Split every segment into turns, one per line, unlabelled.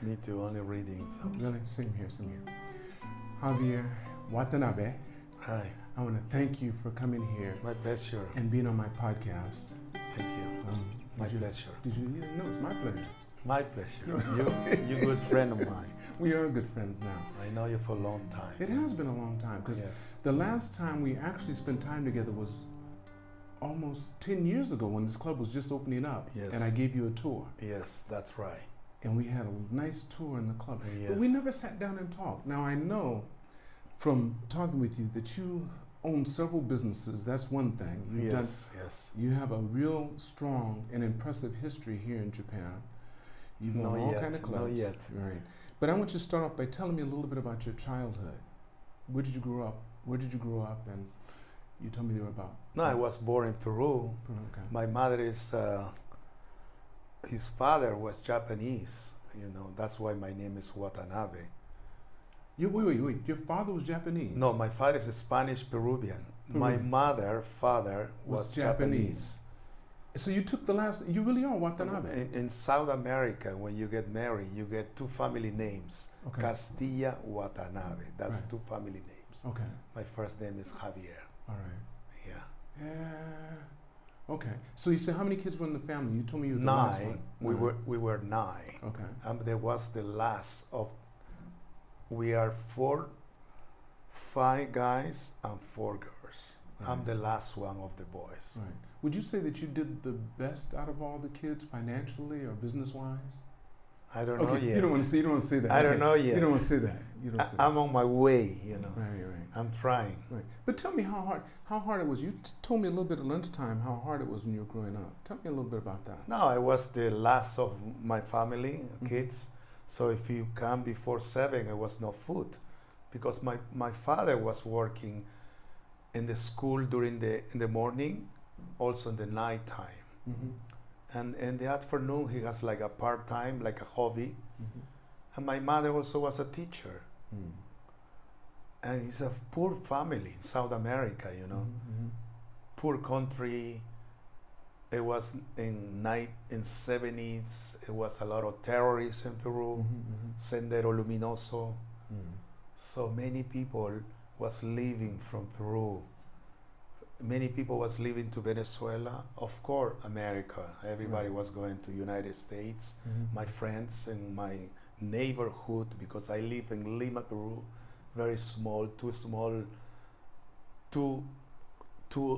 Need to only reading some.
Really? Same here, same here. Javier Watanabe,
Hi,
I want to thank you for coming here
my pleasure.
and being on my podcast.
Thank you.
Um,
My
did you,
pleasure.
Did you? Yeah, no, it's my pleasure.
My pleasure. You, you good friend of mine.
We are good friends now.
I know you for a long
It
time.
has been a long time because
Yes.
the last time we actually spent time together was almost 10 years ago when this club was just opening up
Yes.
and I gave you a tour.
Yes, that's right.
and we had a nice tour in the club. But we
Oh, Yes.
never sat down and talked. Now I know from talking with you that you own several businesses. That's one thing. You've done-
Yes, yes.
you have a real strong and impressive history here in Japan. You've
Not
owned all
yet,
kind of
not
clubs.
yet.
Right. But I want you to start off by telling me a little bit about your childhood. Where did you grow up? Where did you grow up? And you told me you were about.
No, I was born in Peru.
Okay.
My mother is, uh, his father was Japanese. You know, that's why my name is Watanabe.
You, wait, wait, wait. Your father was Japanese.
No, my father is Spanish Peruvian. My
Peruvian.
mother, father
Was
was, Japanese.
Japanese. So you took the last. You really are Watanabe.
In, in South America, when you get married, you get two family names
Okay.
Castilla Watanabe. That's
Right.
two family names.
Okay.
My first name is Javier.
All right.
Yeah.
Yeah. Okay. So you said how many kids were in the family? You told me you were the last
Nine.
one.
We were, we were nine.
Okay.
Um, there was the last of. We are four, five guys and four girls. I'm
Right.
the last one of the boys.
Right. Would you say that you did the best out of all the kids financially or business wise?
I don't know
Okay.
yet.
You don't want to say. You don't want to say that.
I don't
Okay.
know yet.
You don't want to say that. You don't say
I, am on my way. You know,
that. Right. Right.
I'm trying.
Right. But tell me how hard how hard it was. You t- told me a little bit at lunchtime how hard it was when you were growing up. Tell me a little bit about that.
No, I was the last of my family kids. So if you come before seven, it was no food, because my my father was working in the school during the in the morning, also in the night time.
Mm-hmm.
and in the afternoon he has like a part time, like a hobby.
Mm-hmm.
And my mother also was a teacher, and it's a poor family in South America, you know,
Mm-hmm,
poor country. It was in night in seventies. It was a lot of terrorists in Peru,
mm-hmm.
Sendero Luminoso. So many people was leaving from Peru. Many people was leaving to Venezuela. Of course, America. Everybody
Right.
was going to United States.
Mm-hmm.
my friends in my neighborhood because I live in Lima, Peru, very small, too small, two, two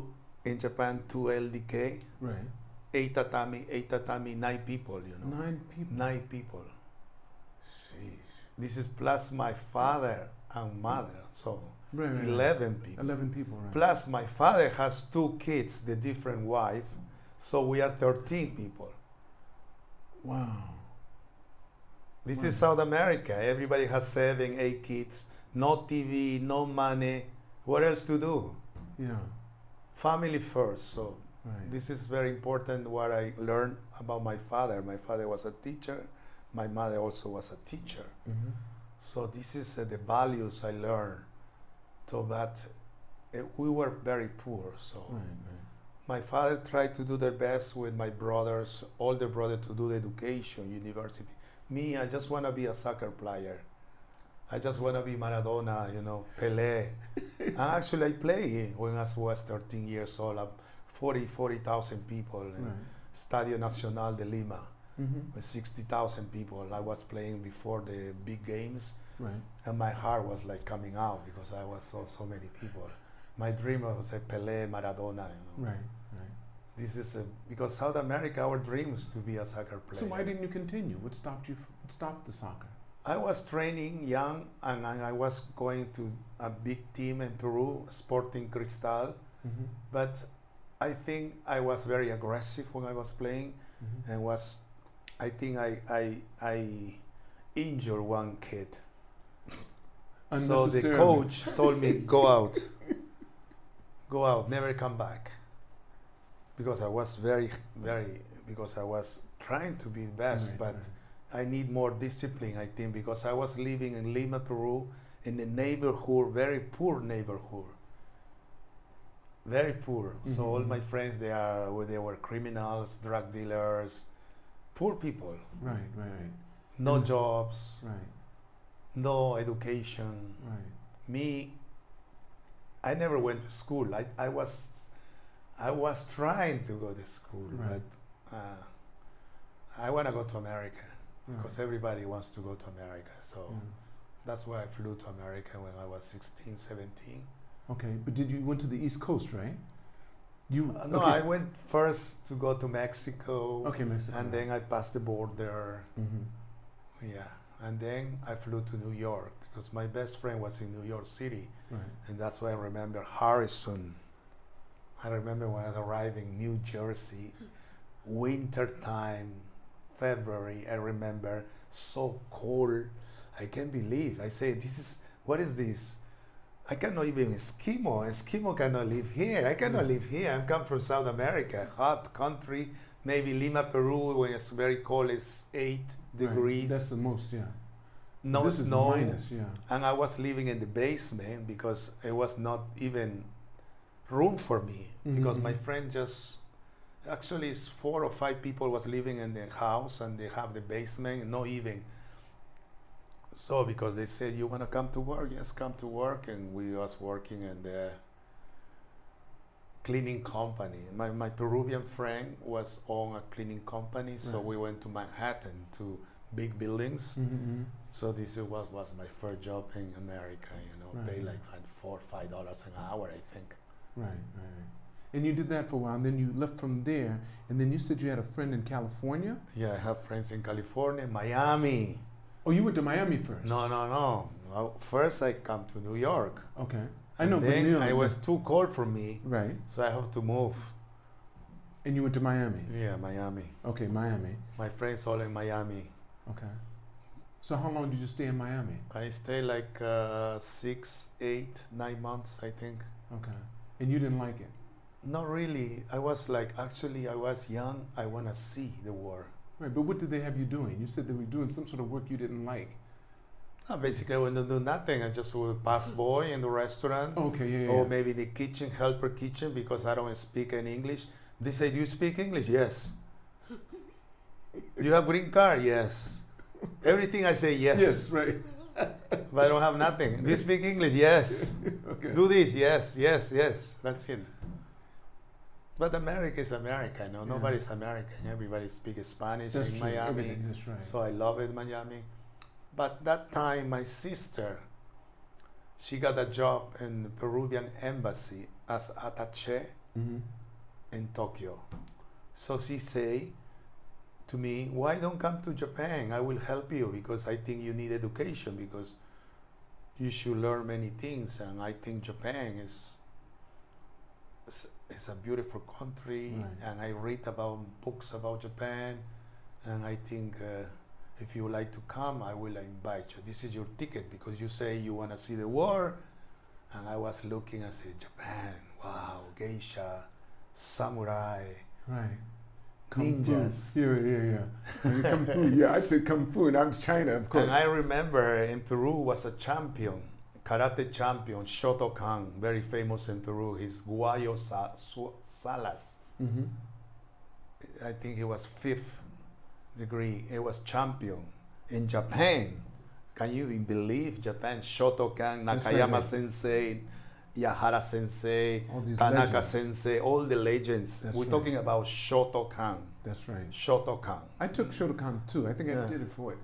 in Japan, two LDK,
Right.
eight tatami, eight tatami, nine people, you know,
Nine people.
nine people.
Sheesh.
This is plus my father and mother, so
Right, right, right.
eleven people.
11 people, right?
Plus my father has two kids, the different wife, so we are thirteen people.
Wow.
This
Wow.
is South America. Everybody has seven, eight kids, no TV, no money. What else to do?
Yeah.
Family first. So
Right.
this is very important what I learned about my father. My father was a teacher. My mother also was a teacher.
Mhm.
So this is uh, the values I learned. So but uh, we were very poor. So
Right. Right.
my father tried to do their best with my brothers, older brother to do the education, university. Me, I just want to be a soccer player. I just want to be Maradona, you know, Pelé. And actually, I play when I was 13 years old, uh, 40, 40,000 people in
Right.
Stadio Nacional de Lima
Mhm.
with 60,000 people. I was playing before the big games
Right.
and my heart was like coming out because I was saw so many people. My dream was a Pelé, Maradona, you know.
Right. Right.
This is a, because South America, our dream is to be a soccer player.
So why didn't you continue? What stopped you? From, what stopped the soccer?
I was training young, and, and I was going to a big team in Peru, Sporting Cristal.
Mm-hmm.
But I think I was very aggressive when I was playing,
Mm-hmm.
and was, I think I I I injured one kid. So the coach told me go out, go out, never come back. Because I was very very because I was trying to be best, but. I need more discipline, I think, because I was living in Lima, Peru, in a neighborhood, very poor neighborhood. Very poor. So all
Mhm.
my friends, they are, well, they were criminals, drug dealers, poor people.
Right. Right. Right.
no
Mm.
jobs,
Right.
no education.
Right.
Me, I never went to school. I, I was, I was trying to go to school,
Right.
but uh, I want to go to America
Right.
because everybody wants to go to America. So
Yeah.
that's why I flew to America when I was 16, 17.
Okay, but did you went to the East Coast, right? You
Uh, no,
okay.
I went first to go to Mexico,
okay, Mexico.
and then I passed the border.
Mhm.
Yeah, and then I flew to New York because my best friend was in New York City,
right.
and that's why I remember Harrison. I remember when I was arriving New Jersey, winter time, February. I remember so cold. I can't believe. I say, this is what is this? I cannot even Eskimo. Eskimo cannot live here. I cannot
Yeah.
live here. I'm come from South America, hot country. Maybe Lima, Peru, when it's very cold, it's eight degrees.
Right. That's the most, yeah.
no
this
snow
is minus, yeah.
and I was living in the basement because it was not even room for me
Mhm,
because my
mhm.
friend just actually it's four or five people was living in the house and they have the basement no even so because they said you want to come to work yes come to work and we was working in the cleaning company my, my peruvian friend was own a cleaning company so
Right.
we went to manhattan to big buildings
Mm-hmm.
so this is what was my first job in America. You know,
Right.
pay like five- four, five dollars an hour, I think.
Right, right, right. And you did that for a while, and then you left from there, and then you said you had a friend in California.
Yeah, I have friends in California, Miami.
Oh, you went to Miami first.
No, no, no. Well, First, I come to New York.
Okay. I
And
know, but
Then
Neil-
I was too cold for me,
right,
so I have to move.
and you went to Miami.
Yeah, Miami.
Okay, Miami.
My friends all in Miami.
Okay. So how long did you stay in Miami?
I stay like uh, six, eight, nine months, I think.
Okay. And you didn't like it.
Not really. I was like, actually, I was young. I wanna see the world.
Right, but what did they have you doing? You said they were doing some sort of work you didn't like.
Uh, basically, I wouldn't do nothing. I just would pass boy in the restaurant,
Okay, Oh, yeah, yeah.
or
yeah.
maybe the kitchen helper kitchen because I don't speak any English. They say, "Do you speak English?" Yes. Do you have green card? Yes. Everything I say yes,
Yes, right.
but I don't have nothing. Do you speak English? Yes.
Okay.
Do this? Yes, yes, yes. That's it. But America is America, you know.
Yeah.
Nobody's American. Everybody speaks Spanish
That's
in
true.
Miami.
Everything. That's right.
So I love it, Miami. But that time, my sister, she got a job in the Peruvian embassy as attaché
mm-hmm.
in Tokyo. So she say to me, "Why don't come to Japan? I will help you because I think you need education because you should learn many things, and I think Japan is." is- is a beautiful country,
Right.
and I read about books about Japan, and I think uh, if you would like to come, I will invite you. This is your ticket because you say you want to see the war. And I was looking and said, Japan, wow, geisha, samurai,
Right.
ninjas.
Fu. Yeah, yeah, yeah. I mean, Kung Fu. Yeah, I'd say Kung Fu, and I'm China, of course.
And I remember in Peru was a champion, karate champion, Shotokan, very famous in Peru. He's Guayo Sa- Su- Salas.
mm-hmm.
I think he was fifth degree. He was champion in Japan. Can you even believe Japan? Shotokan,
That's right,
Nakayama
right.
sensei, Yahara sensei,
All these
Tanaka
legends.
sensei, all the legends.
That's
We're
right.
talking about Shotokan.
That's right.
Shotokan.
I took Shotokan too. I think I
Yeah.
did it for what,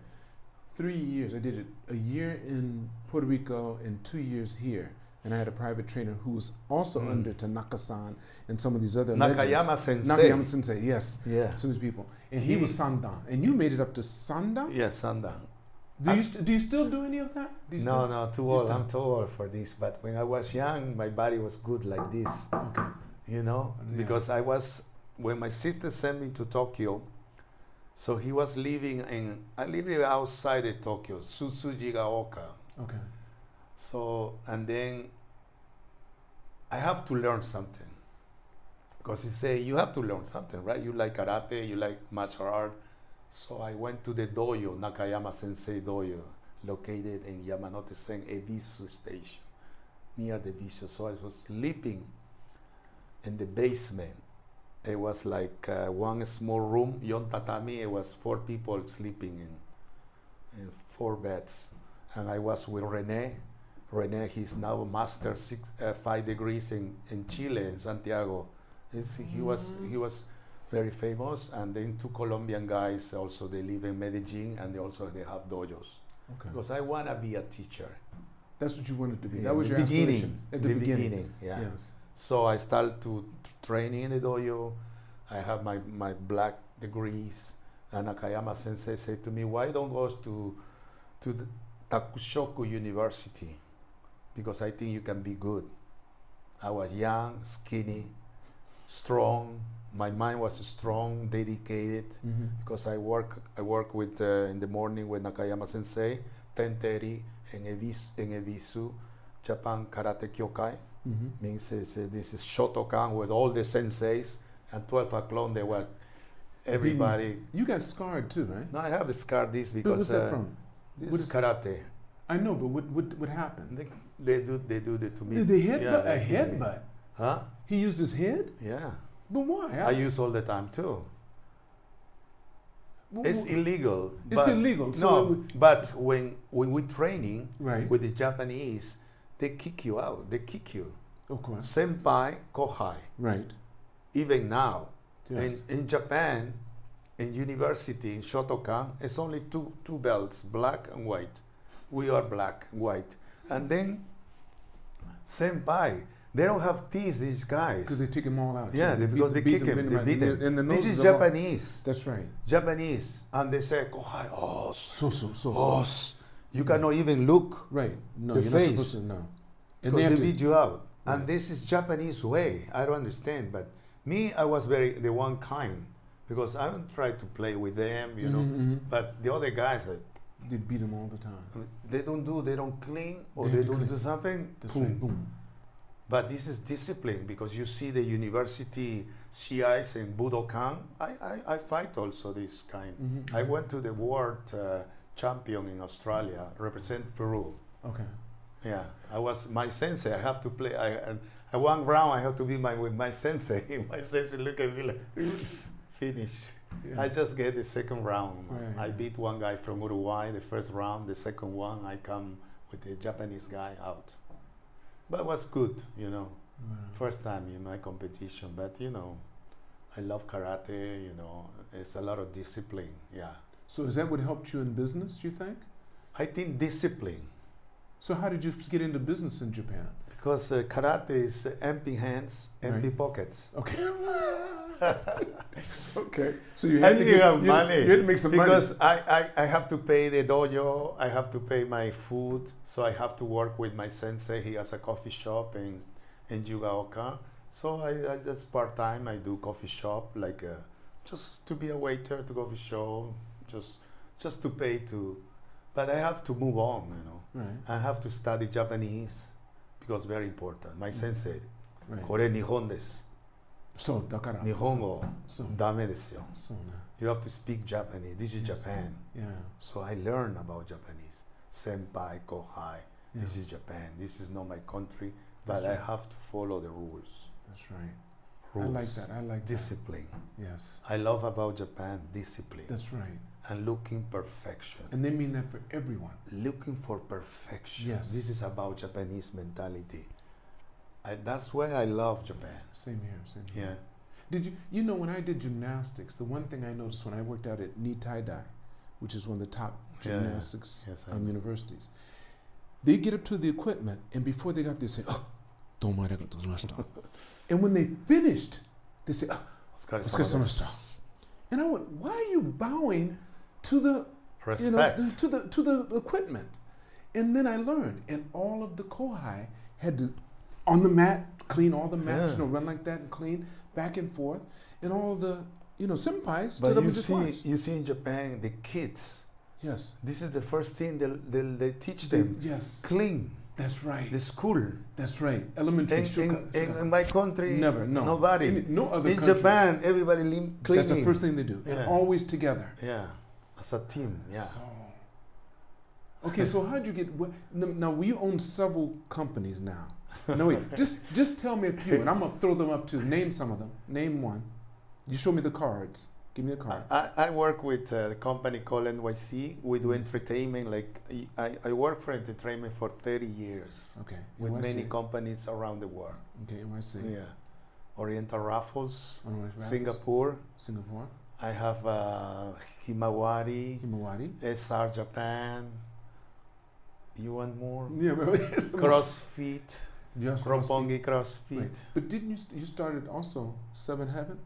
three years. I did it a year in Puerto Rico and two years here. And I had a private trainer who was also
Mm.
under Tanaka-san and some of these other legends.
Nakayama sensei.
Nakayama Sensei, yes.
Yeah.
Some of these people. And he,
He-
was Sandan. And you made it up to Sandan?
Yeah, Sandan.
Do you, st- do you still do any of that? Do you
No,
still-
no, too
used
old.
to-
I'm too old for this. But when I was young, my body was good like this,
Okay.
you know,
Yeah.
because I was when my sister sent me to Tokyo. So he was living in I lived outside of Tokyo, Tsutsujigaoka.
Okay.
So and then I have to learn something because he say you have to learn something, right? You like karate, you like martial art. So I went to the dojo, Nakayama Sensei Dojo, located in Yamanote-sen Ebisu Station, near the Bisu. So I was sleeping in the basement. It was like uh, one small room, yon tatami. It was four people sleeping in. in four beds, and I was with Rene. Rene, he's now a master six, uh, five degrees in, in Chile, in Santiago. He's, he was he was very famous, and then two Colombian guys also. They live in Medellin, and they also they have dojos.
Okay.
Because I wanna be a teacher.
That's what you wanted to be.
in
that was
the
your
beginning.
aspiration.
in the, beginning, yeah.
Yes.
So I start to t- training in the dojo. I have my, my black degrees. And Nakayama sensei said to me, why don't go to, to the Takushoku University? Because I think you can be good. I was young, skinny, strong. My mind was strong, dedicated.
Mm-hmm.
Because I work, I work with uh, in the morning with Nakayama sensei, 10:30 in Ebisu, in Ebisu, Japan Karate Kyokai
Mm-hmm.
means it's, uh, this is Shotokan with all the senseis and 12 o'clock they were everybody.
You got scarred too, right?
Now I have scarred this
But
because
what's that
uh,
from?
this
What
is
is-
karate.
I know, but what what what happened?
They, they do they do that to me.
Did they hit
Yeah,
but-
they
a
hit me.
headbutt?
Huh?
He used his head,
Yeah.
but why?
I use all the time too.
w-
It's
w-
illegal.
It's
but-
illegal. So
No,
it would-
but when when we're training
right,
with the Japanese, they kick you out. They kick you.
of course,
Senpai, kohai.
right.
Even now,
Yes.
In, in Japan, in university, in Shotokan, it's only two, two belts, black and white. We are black, white. And then, senpai, they don't have teeth, these
Because
guys.
they take him all out.
yeah, they,
beat
because they
them-
kick
them,
him,
them
they
right
beat
in
him.
the- in the
this
noses
is
of all-
Japanese,
That's right.
Japanese. And they say, kohai, oh, os,
So so so. so.
os. You cannot even look
Right. No,
Oh. The
you're
face.
not supposed to. No. And
because
have
they
to-
beat you out.
Yeah.
And this is Japanese way. I don't understand, but me, I was very the one kind because I don't try to play with them, you know.
Mhm, mhm.
But the other guys, like,
mm-hmm. They beat him all the time.
they don't do, they don't clean, or
They
they,
don't
don't
clean.
do something.
That's
boom.
right. Boom.
But this is discipline because you see the university CIs in Budokan. I, I, I fight also this kind.
Mhm.
I went to the world uh, champion in Australia, represent Peru.
Okay.
Yeah, I was my sensei. I have to play. I and I one round I have to be my with my sensei. my sensei look at me like finish.
Yeah.
I just get the second round.
Right.
I beat one guy from Uruguay the first round. The second one I come with the Japanese guy out. But it was good, you know.
Wow.
First time in my competition, but you know, I love karate. You know, it's a lot of discipline. Yeah,
So is that what helped you in business? You think?
I think discipline.
So how did you f- get into business in Japan?
Because uh, karate is empty hands, empty
Right.
pockets.
Okay. okay. So you
I
had to
didn't
get,
have
you, had-
money
you had to make some money.
because I, I, I have to pay the dojo, I have to pay my food, so I have to work with my sensei. He has a coffee shop in in Yugaoka, so I, I just part time I do coffee shop like uh, just to be a waiter to coffee shop, just just to pay to, but I have to move on, you know.
Right.
I have to study Japanese because very important. My sensei,
Right.
これ日本です。
So dakara.
日本語
So
ダメですよ。
so now.
You have to speak Japanese. This is
Yes.
Japan.
Yeah.
So I learn about Japanese. Senpai, kohai.
yeah.
This is Japan. This is not my country, but
That's
I
right.
have to follow the rules.
That's right.
Rules.
I like that. I like
Discipline.
that. Yes.
I love about Japan discipline
That's right.
and looking perfection.
And they mean that for everyone.
looking for perfection.
Yes.
This is about Japanese mentality. I, that's why I love Japan.
Same here. Same here.
Yeah.
Did you you know when I did gymnastics, the one thing I noticed when I worked out at Nitai Dai, which is one of the top
Yeah, yeah.
gymnastics
Yes, I
um,
know.
universities, they get up to the equipment and before they got up, they say, "Oh, don't mind, I got those last time." And when they finished, they say, "Oh,"
Oscar
Let's get some and I went, "Why are you bowing to the you know,
Respect.
th- to the to the equipment. And then I learned, and all of the kohai had to on the mat clean all the mats, you
Yeah.
know, run like that and clean back and forth, and all the you know senpais stood
but
up
you
and just
see,
watched.
you see in Japan, the kids,
Yes,
This is the first thing they, they, they teach them.
yes,
Clean
that's right.
the school.
that's right. Elementary.
In, in,
shuka-
in,
shuka.
in my country,
Never, no.
nobody.
Any- no other
in
country.
Japan, everybody lim- cleaning.
That's the first thing they do, and
Yeah.
always together.
Yeah, as a team. Yeah.
So, okay, so how'd you get? wh- n- Now we own several companies now. No, wait, just just tell me a few, and I'm gonna throw them up too. Name some of them. Name one. You show me the cards. Give me a card.
I, I work with uh, a company called NYC. We do
Mhm.
entertainment. Like I, I work for entertainment for 30 years
okay.
with
NYC.
many companies around the world.
Okay, NYC.
Yeah, Oriental Raffles,
All right, Raffles,
Singapore.
Singapore.
I have uh, Himawari,
Himawari.
SR Japan. You want more?
Yeah, but
CrossFit,
Yes,
Mm-hmm. Roppongi
Wait,
CrossFit.
But didn't you st- you started also Seven Heaven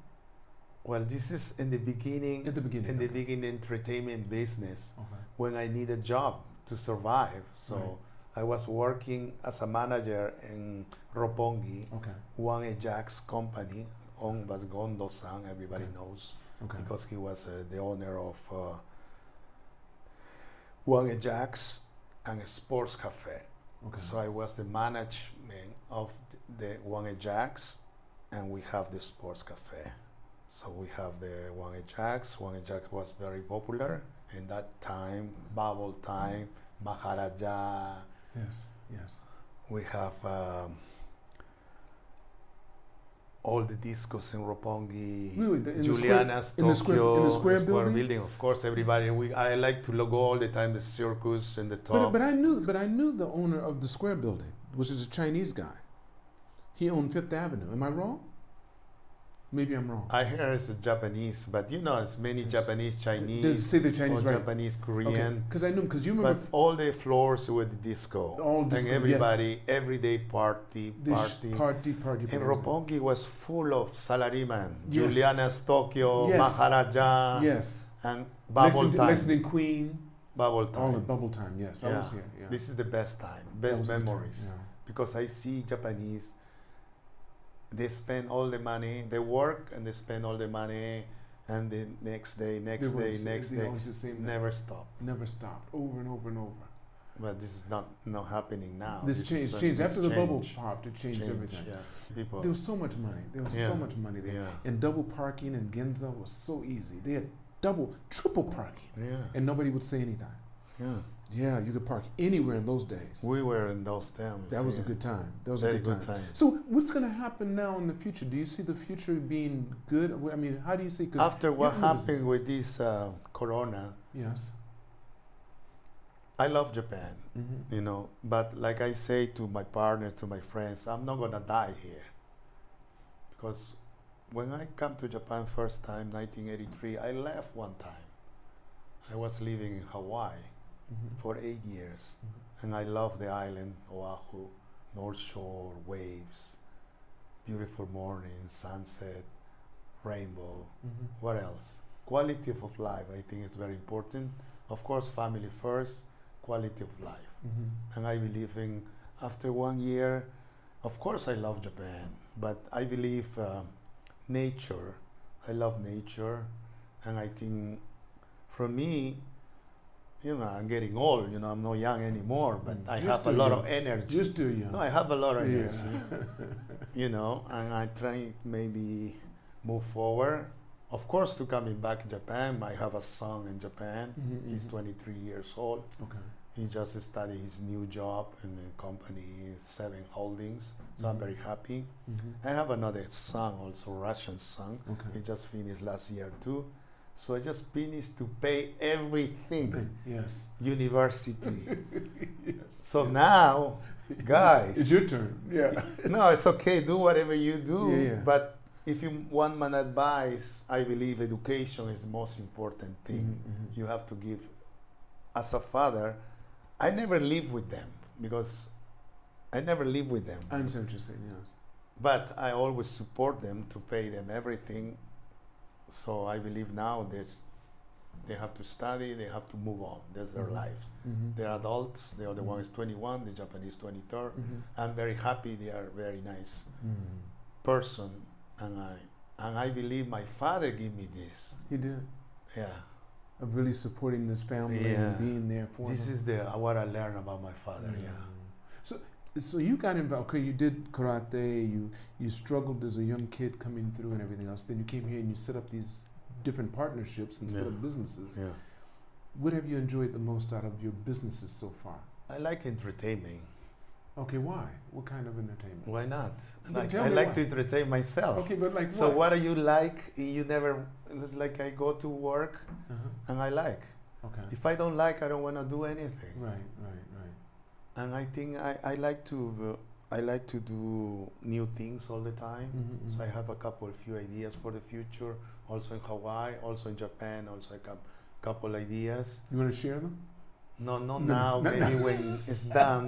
Well, this is in the beginning,
at the beginning?
in the
okay.
beginning entertainment business
Okay.
when I need a job to survive. So I
Right.
was working as a manager in Roppongi,
Okay.
Juan E. Jack's company, owned by Gondo-san, everybody
Okay.
knows,
Okay.
because he was uh, the owner of uh, Juan E. Jack's and a sports cafe.
Okay.
So I was the management of th- the Wange Jacks, and we have the sports cafe. So we have the Wange Jacks. Wange Jacks was very popular in that time, bubble time, Maharaja.
yes. Yes.
We have um, all the discos in Roppongi,
Wait, wait, the- in the square-
Juliana's,
in the square- in the
Tokyo,
square building?
Of course, everybody. We I like to logo all the time the circus and the
But,
top.
but I knew but I knew the owner of the Square Building, which is a Chinese guy. He owned Fifth Avenue. Am I wrong? Maybe I'm wrong.
I hear it's Japanese, but you know, it's many
Yes.
Japanese,
Th- Does it
Chinese,
say the Chinese
or
right?
Japanese, Korean.
Because I knew because you
But
remember
all the floors were the disco.
All disco,
and
yes.
everybody, everyday party,
the sh-
party.
party party.
and Roppongi was full of salaryman.
Yes.
Juliana's Tokyo,
Yes.
Maharaja,
Yes.
and Bubble
Lexington,
Time.
Lexington Queen.
Bubble
All the
Time.
bubble time. Yes, I was
Yeah.
here. Yeah.
This is the best time,
That
best
was a good time,
memories.
yeah.
Because I see Japanese, they spend all the money, they work and they spend all the money, and the next day, next
They were
day,
s-
next
they
day.
always the same.
never stop.
never stopped over and over and over.
But this is not not happening now.
this
is,
changed,
uh,
changed
this
after the bubble
change-
popped. It changed
change,
everything.
Yeah, people.
There was so much money. There was
Yeah.
so much money there.
yeah,
And double parking in Ginza was so easy. They had double, triple parking,
yeah,
and nobody would say anything.
yeah.
Yeah, you could park anywhere in those days.
We were in those times.
That was a
yeah.
good time. That was
very
a good, time. So, what's going to happen now in the future? Do you see the future being good? Wh- I mean, how do you see? 'cause-
After what
you're in the
happened
business.
with this uh, Corona,
yes.
I love Japan,
hmm
you know. But like I say to my partners, to my friends, I'm not gonna die here, because when I come to Japan first time, 1983, I left one time. I was living in Hawaii
Mm-hmm.
for eight years. and I love the island, Oahu, North Shore, waves, beautiful morning, sunset, rainbow.
Mm-hmm.
What else? Quality of life, I think, is very important. Of course, family first, quality of life. And I believe in, after one year, of course, I love Japan, but I believe uh, nature, I love nature, and I think for me, you know, I'm getting old, you know, I'm not young anymore, but
Mm.
I
You're
have a
still
lot
young.
of energy.
Just do you.
no, I have a lot of
Yeah.
energy, you know, and I try maybe move forward. Of course, to coming back to Japan, I have a son in Japan.
Mhm,
He's
mhm.
23 years old.
Okay.
He just started his new job in the company Seven Holdings, so I'm
Mhm.
very happy.
Mhm.
I have another son, also Russian son.
Okay.
He just finished last year too, so I just finished to pay everything
Yes.
university.
yes.
so now, guys,
It's your turn. Yeah.
no, it's okay. Do whatever you do,
Yeah, yeah.
but if you want my advice, I believe education is the most important thing.
Mm-hmm.
you have to give as a father i never live with them because i never live with them
I understand what you're saying. Yes.
but i always support them to pay them everything so i believe now there's they have to study they have to move on that's their
Mhm.
life they're adults the other one is 21 the japanese 23
Mhm.
i'm very happy they are very nice person and i and i believe my father gave me this
He did.
yeah
Of really supporting this family
Yeah.
and being there for
this
them. Mm.
is the what i learned about my father
Mm-hmm.
yeah
So, so you got involved. Okay, you did karate. You you struggled as a young kid coming through and everything else. Then you came here and you set up these different partnerships and set
Yeah.
up businesses.
yeah
What have you enjoyed the most out of your businesses so far?
I like entertainment.
Okay, why? What kind of entertainment?
Why not?
Then
Like,
tell
I
me
like
why.
to entertain myself.
Okay, but like
So
what?
what do you like? eh, You never. It's like I go to work
Uh-huh.
and I like.
Okay.
If I don't like, I don't want to do anything.
Right, right,
And I think I, I like to uh, I like to do new things all the time.
right. Mhm,
So I
mhm.
have a couple few ideas for the future. Also in Hawaii, also in Japan, also a cou- couple ideas.
You want to share them?
No, not
No,
now.
not
maybe when it's done.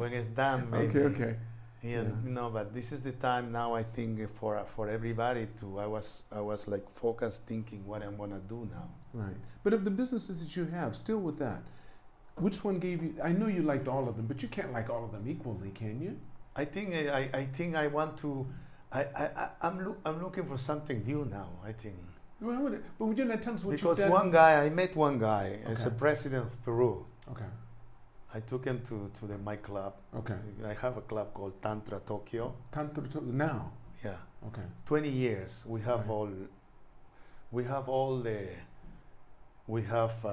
when it's done, maybe.
Okay, okay.
Yeah,
Yeah.
no, but this is the time now. I think for for everybody to. I was I was like focused thinking what I'm gonna do now.
Right. But of the businesses that you have, still with that, which one gave you? I know you liked all of them, but you can't like all of them equally, can you?
I think I, I, I think I want to. I I I- I'm look I'm looking for something new now. I think
Well, what- But would you not tell us what
because
you've done?
one guy I met one guy as a
Okay.
president of Peru.
Okay.
I took him to to the my club.
Okay.
I have a club called Tantra Tokyo.
Tantra to- now.
Yeah,
Okay.
20 years. We have
Right.
all. We have all the. We have uh,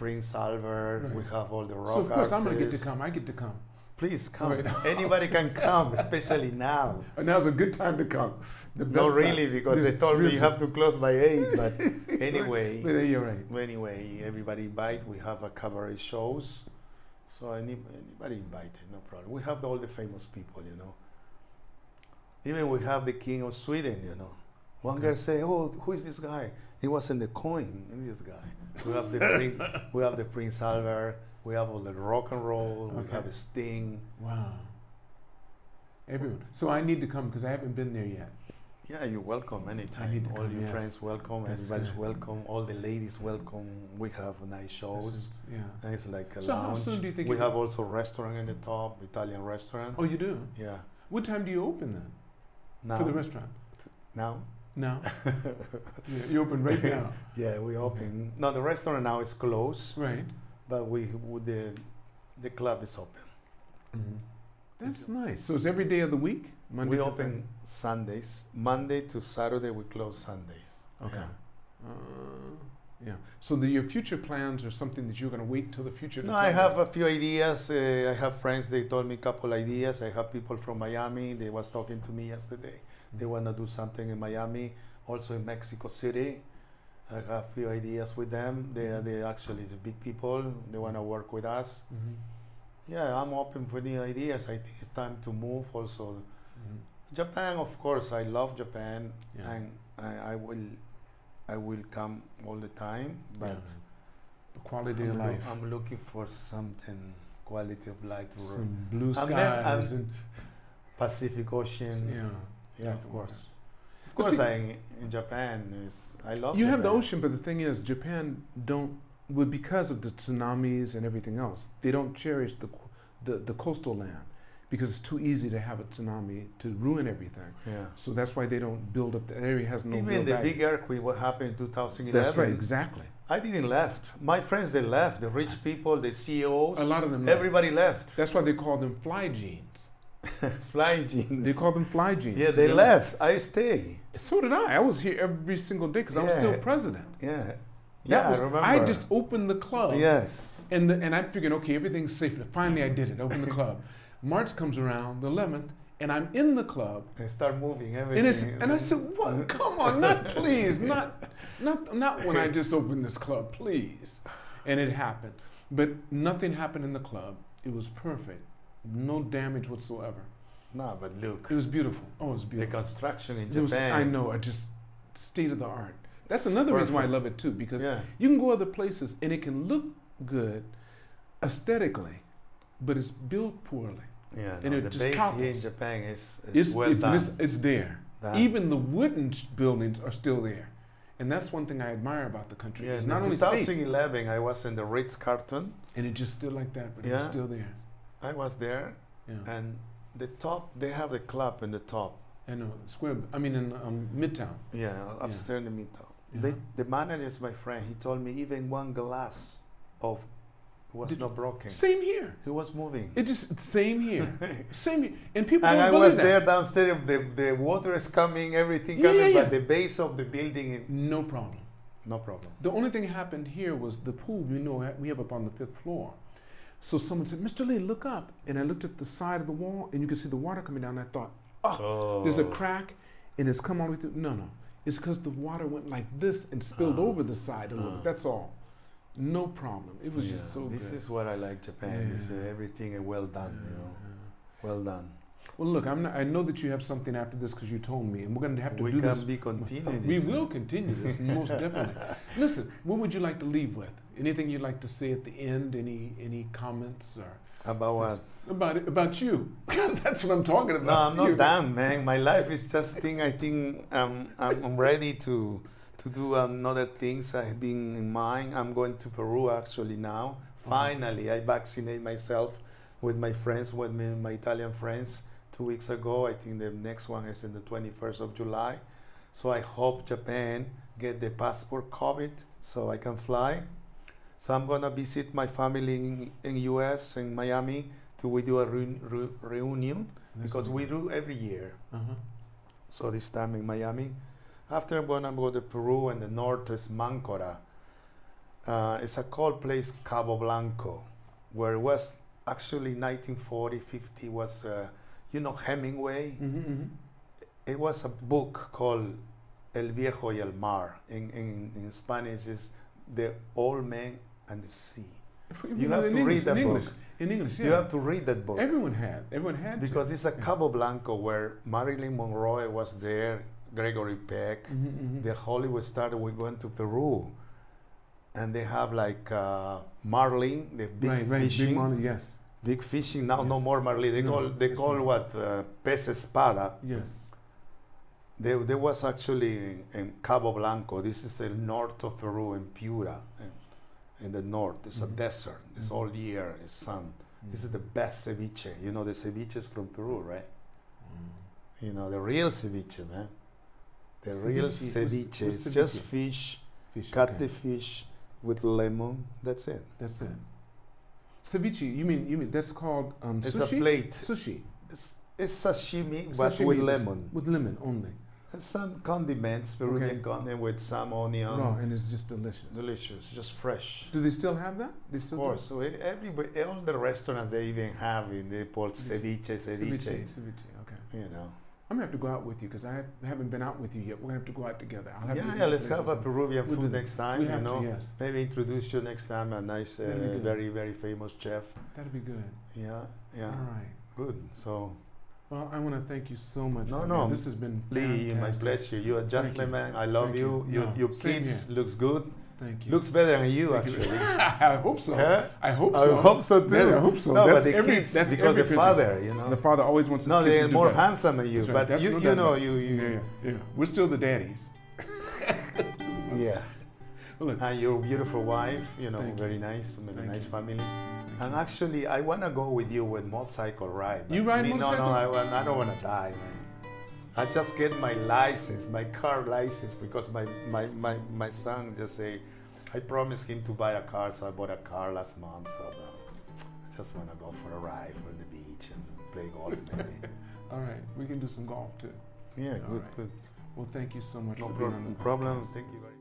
Prince Albert. We
Right.
have all the rock
So of course I'm gonna get to
artists.
come. I get to come.
Please come.
Right.
Anybody can come, especially now.
And now's a good time to come. The best
No,
time.
really, because
This
they told me
really-
you have to close by eight. But anyway,
But uh, you're right.
anyway, everybody invite. We have a cabaret shows, so any, anybody invited, no problem. We have all the famous people, you know. Even we have the king of Sweden, you know. One girl say, "Oh, who is this guy? He was in the coin. who is This guy." We have the prin- we have the Prince Albert. We have all the rock and roll. We
Okay.
have Sting.
Wow. Everyone. So I need to come because I haven't been there yet.
Yeah, you're welcome anytime.
need to
all
come,
your
yes.
friends welcome.
That's
Everybody's
good.
welcome. All the ladies welcome. We have nice
This
shows.
is- yeah.
And it's like a
So how
lounge.
soon do you think
we
you-
have also restaurant in the top, Italian restaurant.
Oh, you do.
Yeah.
What time do you open then for the
Now,
restaurant?
now,
Now. Yeah, you open right now.
yeah, we open. No, the restaurant now is closed,
Right.
but we would the the club is open.
That's nice. So it's every day of the week. Monday.
Mm-hmm. we
to
open Sundays, Monday to Saturday. We close Sundays.
Friday? Okay.
Yeah.
Uh, yeah. So the, your future plans are something that you're going to wait till the future. to
No, I
plan?
have a few ideas. Uh, I have friends. They told me a couple ideas. I have people from Miami. They was talking to me yesterday. They want to do something in Miami, also in Mexico City. I have a few ideas with them. They are they actually the big people. They want to work with us.
Mhm.
Yeah, I'm open for new ideas. I think it's time to move. Also,
Mhm.
Japan, of course. I love Japan,
Yeah.
and I, I will, I will come all the time. But.
Yeah. the quality
I'm,
of
loo-
life.
I'm looking for something quality of life to work.
Some blue
I'm
skies
nev- I'm-
and
Pacific Ocean.
yeah.
Yeah, of course. Of
But
course,
see-
I in Japan is I love.
You have the
Japan.
ocean, but the thing is, Japan don't well, because of the tsunamis and everything else. They don't cherish the co- the, the coastal land because it's too easy to have a tsunami to ruin everything.
Yeah.
So that's why they don't build up. The area has no real
Even the
value.
big earthquake, what happened in 2011?
That's right, exactly.
I didn't left. My friends, they left. The rich people, the CEOs,
A lot of them. Every,
everybody left.
that's why they call them fly genes.
Flying jeans.
They call them fly genes.
yeah, they
They're-
left. I stay.
So did I. I was here every single day because I was still
Yeah.
president.
Yeah.
That
yeah,
was,
I remember.
just opened the club.
yes.
And, the, and I'm figuring, okay, everything's safe. Finally, I did it. Open the club. March comes around, the 11th, and I'm in the club.
I start moving everything.
And, it's, and I said, what? Come on, not please. Not, not, not when I just opened this club, please. And it happened. But nothing happened in the club. It was perfect. No damage whatsoever.
no, but look,
It was beautiful. Oh, it was
the
beautiful.
construction in
It was-
Japan.
I know. I just state of the art. That's
It's
another reason why I
perfect.
love it too, because
Yeah.
you can go other places and it can look good aesthetically, but it's built poorly.
Yeah,
And
no,
it
the
just
base here in
topples.
Japan is, is
It's,
well
it-
done.
it's, it's there.
Done.
Even the wooden sh- buildings are still there, and that's one thing I admire about the country.
yeah,
it's
in
not only safe,
2011, I was in the Ritz Carlton.
and it just still like that, but it's
Yeah. Uh,
still there.
I was there,
Yeah,
and the top they have the club in the top.
I know. Square. I mean, in um, Midtown.
Yeah, upstairs in the top.
Yeah.
They, the manager is my friend. He told me even one glass of was
Did-
not broken.
Same here.
He was moving.
It just same here. same here, and people
and
don't
I
believe
was
that.
there downstairs. The, the water is coming, everything
Yeah,
coming,
yeah,
but
yeah.
the base of the building,
No problem.
no problem.
The only thing that happened here was the pool we know ha- we have up on the fifth floor. So someone said, Mr. Lee, look up. And I looked at the side of the wall and you could see the water coming down. And I thought,
Oh.
Ah, there's a crack and it's come all the way through. No, no. It's because the water went like this and spilled
Oh.
Ah.
over the side a little.
Ah.
bit. That's all. No problem. It was
Yeah.
just so
This
good.
is what I like Japan. Is uh,
Yeah.
everything uh, well done, you know, well done.
Well, look, I'm not, I know that you have something after this because you told me, and we're going to have to
we
do
can
this.
be continuing.
we
this, uh,
will continue this most definitely. Listen, what would you like to leave with? Anything you'd like to say at the end? Any any comments or
about what?
about it, about you? That's what I'm talking
No,
about.
I'm not
you.
done, man. My life is just thing. I think um, I'm, I'm ready to to do another things I have been in mind. I'm going to Peru actually now.
Uh-huh.
Finally, I vaccinate myself with my friends, with my, my Italian friends, two weeks ago. I think the next one is in the 21st of July. So I hope Japan get the passport COVID so I can fly. So I'm gonna visit my family in, in US in Miami to we do a re- re- reunion because we do every year.
Uh-huh.
So this time in Miami. After I'm gonna go to Peru and the north is Mancora. Uh, it's a cold place, Cabo Blanco, where it was actually 1940, 50 was, uh, you know, Hemingway.
hmm hmm
It was a book called El Viejo y el Mar. In, in, in Spanish, is The Old Man and the Sea. You have to read that
mm-hmm. in English,
book.
in English. Yeah.
You have to read that book.
Everyone had. Everyone had.
Because it's a Cabo Blanco where Marilyn Monroe was there, Gregory Peck,
Mm-hmm,
the Hollywood star. We went to Peru, and they have like uh, marlin, the big
right, right.
fishing,
Big
big,
Marley, yes,
fishing. Now no
Yes.
more marlin. They
No,
call they
that's
call
right.
what uh, pez espada.
yes.
There, there was actually in, in Cabo Blanco. This is the north of Peru in Piura, in, in the north. It's a
Mhm.
desert. It's
Mhm.
all year. It's sun. This is the best ceviche. You know the ceviche is from Peru, right?
Mm-hmm.
You know, the real ceviche, man. The real
Ceviche.
ceviche.
What's- what's
it's just
ceviche?
fish,
Fish,
cut
okay.
the fish with lemon. That's it.
That's it. Ceviche. You mean you mean that's called um,
It's
sushi?
a plate.
Sushi
It's, it's sashimi, but
Sashimi
with
is-
lemon.
with lemon only.
And some condiments, Peruvian
Okay.
condiment with some onion.
Raw and it's just delicious.
Delicious, just fresh.
Do they still have that? They
Of
still
course. So e- everybody, all the restaurants they even have in the called ceviche,
Do?
ceviche.
Ceviche. Ceviche. Okay.
You know.
I'm gonna have to go out with you because I have, haven't been out with you yet. We're gonna have to go out together. I'll have to
Yeah,
go
yeah.
to
Let's
places
have a
and-
Peruvian
We
food
do.
next time.
we
you
have
know.
to, yes.
Maybe introduce you next time a nice, uh,
That'd be good.
very, very famous chef.
That'd be good.
Yeah, yeah,
All right.
good. So,
Well, I want to thank you so much.
No,
Javier.
no.
This has been
Lee, my
fantastic.
pleasure. You're a
Thank you.
gentleman. I love
Thank
you.
you.
You,
No,
your
same
kids looks good.
Thank you.
Looks better than you
Thank
actually.
I hope so.
Huh?
I hope
I
so.
hope so
That-
too.
I hope so.
No,
That's
but the
every-
kids
that's
because
every
the
picture.
father, you know.
The father always wants. his
no,
kids
they're
to do
more
better.
handsome than you.
That's right.
But
That's
you,
no
you
doubt
know,
about it.
you,
Yeah,
you,
yeah, yeah. We're still the daddies.
yeah.
Well, look,
And your beautiful wife, you know,
Thank you.
very nice, very
Thank
nice
you.
family. And actually, I wanna go with you with motorcycle ride. but
You ride
me- No, no, I,
motorcycles?
wa- I don't wanna die, man. I just get my license, my car license, because my my my, my son just say, I promised him to buy a car, so I bought a car last month. So uh, I just wanna go for a ride on the beach and play golf, maybe.
all right, we can do some golf too.
yeah,
All
good,
right.
good.
Well, thank you so much
No
for being
problem.
on the
problem.
podcast.
Thank you very much.